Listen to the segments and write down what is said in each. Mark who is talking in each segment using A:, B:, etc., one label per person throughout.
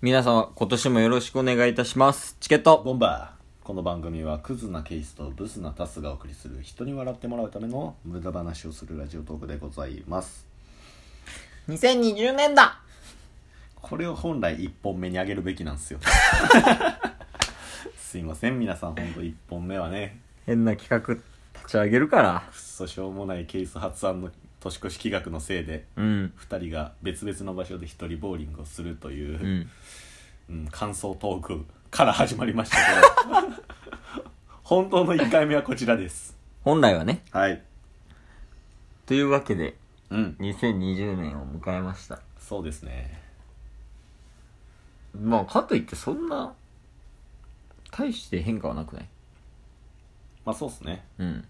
A: 皆様、今年もよろしくお願いいたします。チケット
B: ボンバーこの番組はクズなケイスとブスなタスがお送りする人に笑ってもらうための無駄話をするラジオトークでございます
A: !2020 年だ
B: これを本来1本目にあげるべきなんですよ すいません皆さんほんと1本目はね
A: 変な企画立ち上げるから。
B: くっそしょうもないケイス発案の年越し企画のせいで
A: うん。
B: 2人が別々の場所で1人ボーリングをするという
A: う、ん。
B: うん、感想トークから始まりましたけど 本当の1回目はこちらです
A: 本来はね。
B: はい
A: というわけで、
B: うん
A: 2020年を迎えました。
B: そうですね
A: まあ、かといってそんな、大して変化はなくない
B: まあそうっすね
A: うん。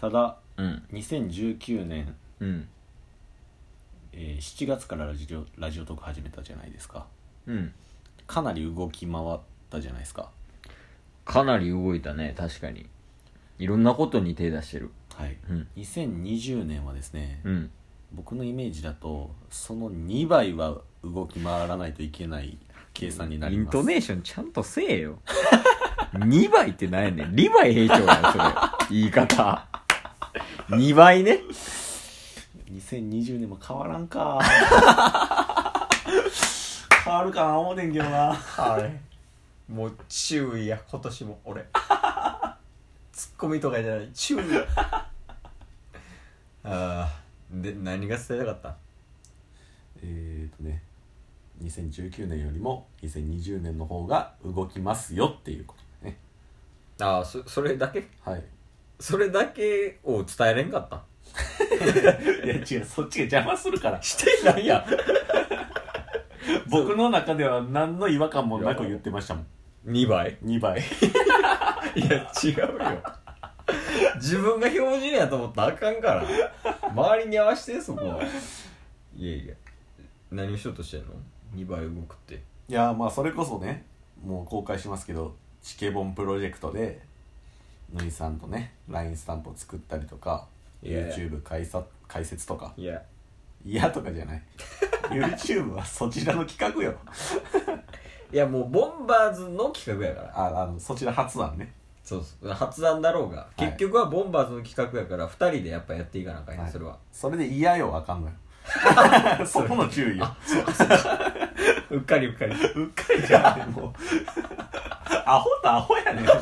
B: ただ
A: うん。
B: 2019年、
A: うん。
B: えー7月からラジオラジオトーク始めたじゃないですか
A: うん。
B: かなり動き回ったじゃないですか
A: かなり動いたね、確かに。いろんなことに手出してる。
B: はい
A: うん。
B: 2020年はですね、
A: うん。
B: 僕のイメージだとその2倍は動き回らないといけない計算にな
A: イ
B: り
A: ン
B: ます
A: トネーションちゃんとせえよ。2倍ってなんやねん。リヴァイ兵長だよ、それ。言い方。2倍ね。
B: 2020年も変わら んか変わるかな思うねんけどな
A: はい。もう注意や、今年も、俺。ツッコミとかじゃない、注意。あーで、何が伝えたかった
B: えーとね2019年よりも2020年の方が動きますよっていうことね
A: ああ、そ、それだけ
B: はい
A: それだけを伝えれんかった。
B: いや違うそっちが邪魔するから
A: してないやん。
B: 僕の中では何の違和感もなく言ってましたもん
A: 2倍
B: 2倍
A: いや違うよ自分が標準やと思ったらあかんから周りに合わせてそこはいやいや何をしようとしてんの2倍動くって
B: いやまあそれこそねもう公開しますけどチケボンプロジェクトでぬいさんとね LINE スタンプを作ったりとか
A: いや
B: YouTube 解さ解説とか
A: いや
B: いやとかじゃない YouTube はそちらの企画よ
A: いやもうボンバーズの企画やから
B: ああのそちら発案ね
A: そうそう発案だろうが、
B: い
A: 結局はボンバーズの企画やから2人でやっぱやっていかなあかんやん、
B: はい
A: それは
B: それで嫌よあかんのよ そこの注意よ
A: うっかりうっかり
B: うっかりじゃんもう アホとアホやねんもう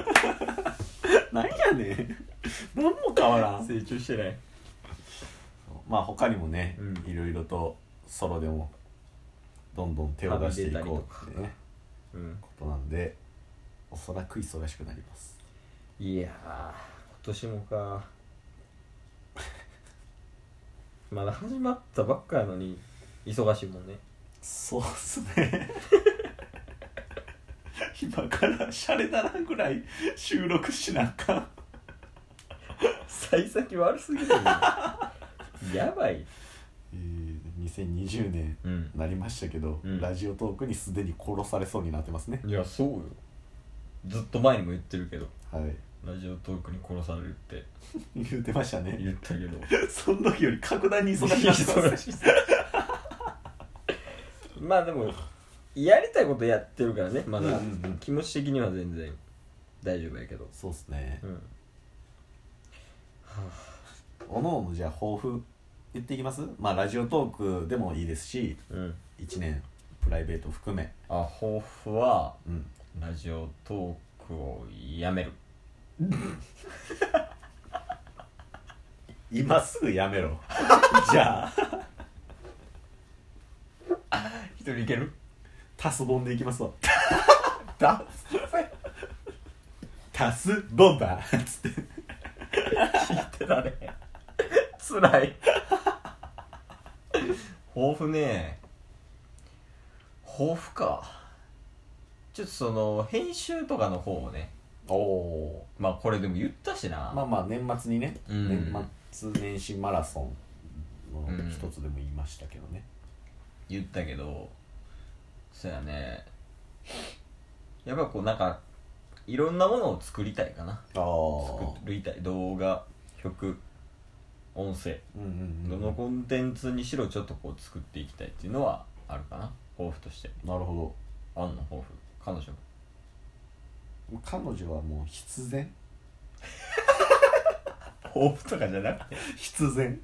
B: 何やねん何も変わらん
A: 成長してない
B: まあ他にもね、
A: うん
B: いろいろとソロでもどんどん手を出していこうってね
A: うん
B: ことなんでおそらく忙しくなります
A: いやー今年もか まだ始まったばっかやのに忙しいもんね
B: そうっすね 今からシャレだなぐらい収録しなあかん
A: 幸先悪すぎるよやばい
B: えー2020年
A: うん
B: なりましたけど、
A: うん
B: ラジオトークにすでに殺されそうになってますね
A: いやそうよずっと前にも言ってるけど
B: はい
A: ラジオトークに殺されるって
B: 言ってましたね
A: 言ったけど
B: その時より格段に忙しい
A: 忙しいまあでもやりたいことやってるからねまだ、
B: うんうんうん
A: 気持ち的には全然大丈夫やけど
B: そうっすね
A: うん
B: おのおのじゃあ抱負言っていきますまあラジオトークでもいいですし
A: うん
B: 1年プライベート含め
A: あ抱負は
B: うん
A: ラジオトークをやめる
B: 今すぐやめろ じゃあ
A: 一人いける
B: タスボンでいきますわ
A: だ
B: タスボンバーっつって
A: ってたね辛い抱負ね抱負かちょっとその編集とかの方をね
B: おお
A: まあこれでも言ったしな、
B: まあまあ年末にね、
A: うん
B: 年末年始マラソンの一つでも言いましたけどね、
A: 言ったけどそやねやっぱこうなんかいろんなものを作りたいかな
B: ああ
A: 作りたい動画曲音声
B: うんうんうん
A: どのコンテンツにしろちょっとこう作っていきたいっていうのはあるかな抱負として
B: なるほ
A: あんの抱負彼女
B: ど彼女はもう必然
A: 抱負とかじゃなくて
B: 必然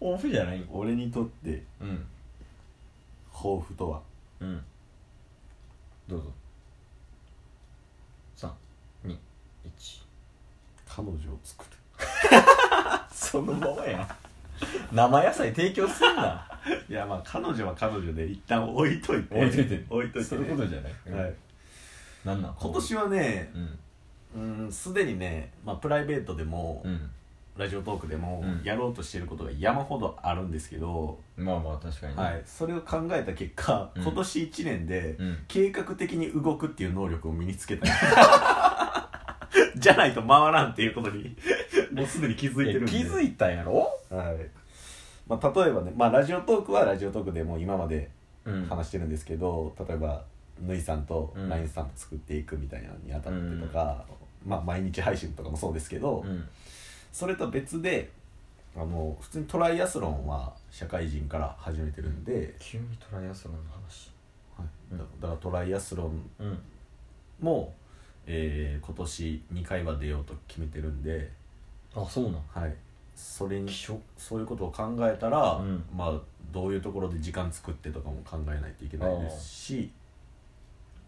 A: 抱負じゃない
B: 俺にとって
A: うん
B: 抱負とは
A: うんどうぞ321
B: 彼女を作る
A: そのままやん生野菜提供すんない
B: やまあ彼女は彼女で一旦置いとい て
A: 置いといて
B: 置いといて、
A: そういうことじゃない、
B: はい、
A: なんなん
B: 今年はね
A: うん
B: うんすでにね、まあ、プライベートでも、
A: うん
B: ラジオトークでも、
A: うん
B: やろうとしてることが山ほどあるんですけど、
A: まあまあ確かにね
B: はい、それを考えた結果、
A: うん
B: 今年1年で、
A: うん
B: 計画的に動くっていう能力を身につ けたじゃないと回らんっていうことにもうすでに気づいてるんで
A: 気づいたやろ
B: はいまあ、例えばね、まあ、ラジオトークはラジオトークでもう今まで
A: うん
B: 話してるんですけど、例えばぬいさんと
A: うん
B: ラインさんと作っていくみたいなのにあたってとか、まあ、毎日配信とかもそうですけど、
A: うん
B: それと別であの普通にトライアスロンは社会人から始めてるんで、
A: 急にトライアスロンの話うん
B: だだからトライアスロン
A: うん
B: も、えー今年2回は出ようと決めてるんで、
A: あそうなん
B: はい、それに
A: 気象
B: そういうことを考えたら、
A: うん
B: まあ、どういうところで時間作ってとかも考えないといけないですし、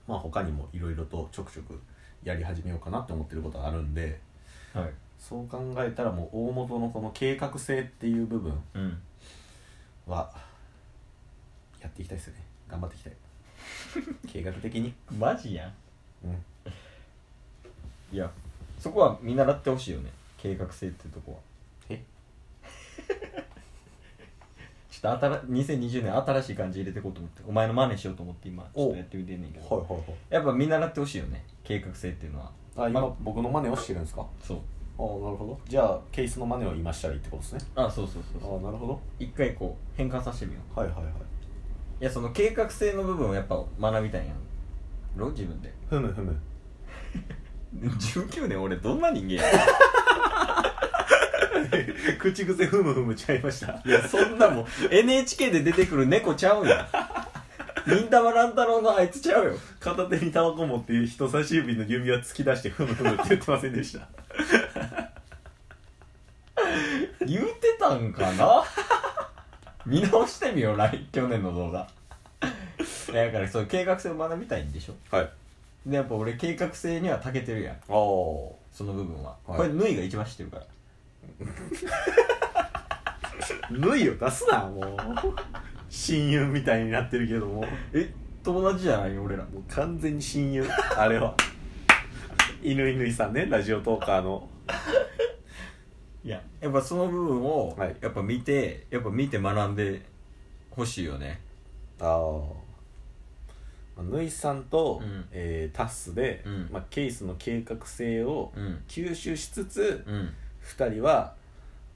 B: まあ、他にもいろいろとちょくちょくやり始めようかなって思ってることがあるんで
A: はい
B: そう考えたらもう大元のこの計画性っていう部分
A: うん
B: はやっていきたいですよね頑張ってい きたい計画的に、
A: マジやん
B: うん、
A: いやそこは見習ってほしいよね計画性ってとこは
B: え
A: ちょっと新2020年新しい感じ入れてこうと思ってお前の真似しようと思って今ちょ
B: お
A: っとやってみてんねんけ
B: はい
A: ど
B: はいはい
A: やっぱ見習ってほしいよね計画性っていうのは
B: あ今、
A: まあ
B: 僕の真似をしてるんですかあ
A: そう
B: あなるほどじゃあケースの真似を今したらいいってことですね
A: あそうそう
B: あ
A: そうそ
B: あ
A: う
B: なるほど
A: 一回こう変換させてみよう
B: はいはいはい
A: いやその計画性の部分をやっぱ学びたいんやろ自分で
B: ふむふむ
A: 19年俺どんな人間や
B: 口癖ふむふ むちゃいました
A: いやそんなもん NHK で出てくる猫ちゃうよ 忍たま乱太郎のあいつちゃうよ
B: 片手にタバコ持って人差し指の指輪突き出してふむふむって言ってませんでした
A: 言うてたんかな 見直してみよう来去年の動画いやだからそう計画性を学びたいんでしょ
B: はい
A: でやっぱ俺計画性には長けてるやん
B: ああ
A: その部分は、
B: はい
A: これぬいが一番知ってるから
B: 縫いを出すなもう親友みたいになってるけどもも
A: え友達じゃないよ俺ら
B: う完全に親友あれは犬犬さんねラジオトーカーの
A: いややっぱその部分を、
B: はい
A: やっぱ見てやっぱ見て学んでほしいよね
B: ああぬいさんと、
A: うん
B: えータッスで、
A: うん
B: まあ、ケースの計画性を
A: うん
B: 吸収しつつ、
A: うん
B: 二人は、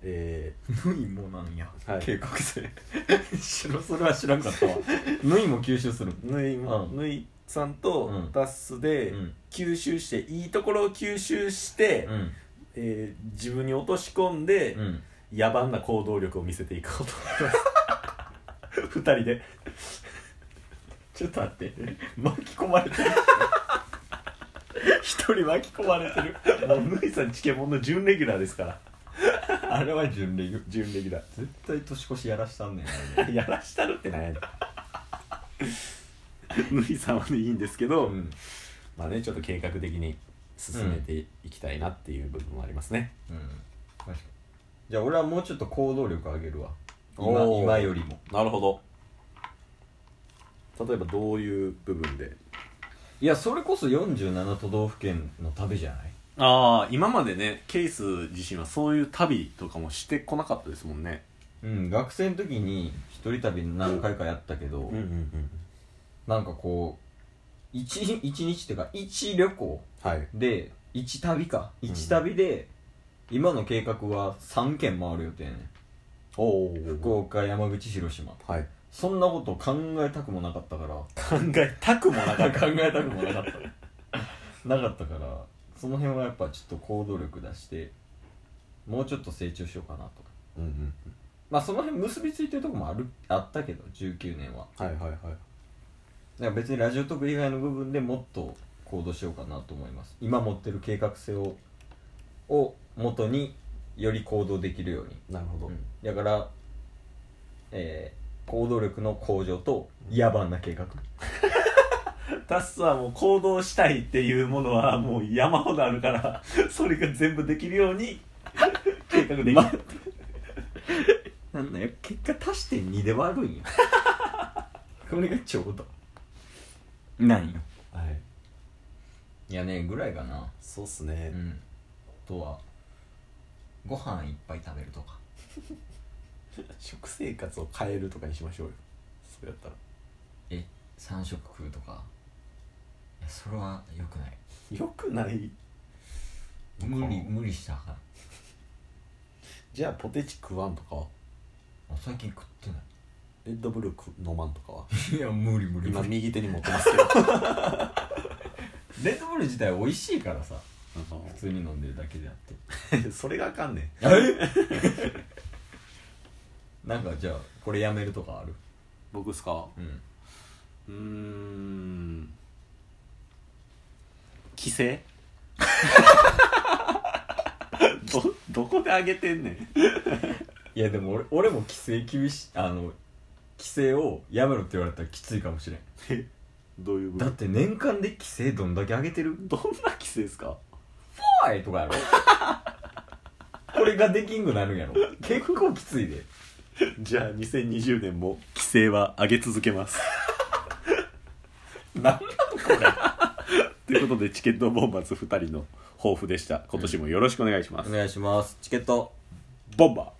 B: え
A: 縫いもなんや、
B: はい
A: 計画性 知らそれは知らんかったわ 縫いも吸収する
B: ー、ぬいも、
A: うん
B: ぬいさんと
A: うん
B: タッスで
A: うん
B: 吸収して、いいところを吸収して、
A: うん
B: えー自分に落とし込んで、
A: うん
B: 野蛮な行動力を見せていこうと思います 二人で
A: ちょっと待って巻き込まれてる一人巻き込まれてる
B: もうぬいさんチケモンの準レギュラーですから
A: あれは準レギュ
B: 準レギュラ
A: 絶対年越しやらしたんねん
B: ー やらしたるってなんや ねんぬいさんはねいいんですけど、
A: うん
B: まあねちょっと計画的に進めていきたいなっていう部分もありますね、
A: うん確かにじゃあ俺はもうちょっと行動力上げるわ今
B: おー
A: 今よりも
B: なるほど例えばどういう部分で
A: いやそれこそ47都道府県の旅じゃない
B: ああ今までねケイス自身はそういう旅とかもしてこなかったですもんね
A: うん学生の時に一人旅何回かやったけど、
B: うんうんうん
A: なんかこう一日一日っていうか一旅行
B: はい
A: で一旅か一旅で、今の計画は3県回る予定やね
B: おお
A: 福岡山口広島
B: はい
A: そんなこと考えたくもなかったから
B: 考えたくもなかっ
A: 考えたくもなかったなかったからその辺はやっぱちょっと行動力出してもうちょっと成長しようかなと
B: うんうん
A: ままあその辺結びついてるとこもあるあったけど19年は
B: はいはいはい
A: だから別にラジオトーク以外の部分でもっと行動しようかなと思います今持ってる計画性をを元により行動できるように、
B: なるほど、
A: うんだから、えー行動力の向上と野蛮な計画
B: タスはもう行動したいっていうものはもう山ほどあるから それが全部できるように計画できる、
A: まなんだよ結果足して2で割るんや これがちょうどなんよ
B: はい
A: いやねぐらいかな
B: そうっすね
A: うんあとはご飯いっぱい食べるとか
B: 食生活を変えるとかにしましょうよそうやったら
A: え3食食うとかいやそれはよくない
B: よくない
A: 無理
B: うん
A: 無理したらあかん
B: じゃあポテチ食わんとかは
A: あ最近食ってな
B: レッドブルー飲まんとか はい
A: い や無理無
B: 今
A: レ
B: 右手に持ってますけど
A: ッドブル自体美味しいからさ普通に飲んでるだけであって
B: それがあかんねん
A: え なんかじゃあこれやめるとかある
B: 僕っすか
A: うん
B: うーん規 制どどこで上げてんねん
A: いやでも俺俺も規制厳しあの規制をやめろって言われたらきついかもしれん
B: どういうこ
A: だ
B: と
A: って年間で規制どんだけ上げてる
B: どんな規制ですか
A: 怖いとかやろこれができんくなるんやろ結構きついで
B: じゃあ2020年も規制は上げ続け ます
A: なん
B: ということでチケットボンバーズ2人の抱負でした今年もよろしくお願いします、
A: お願いしますチケット
B: ボンバー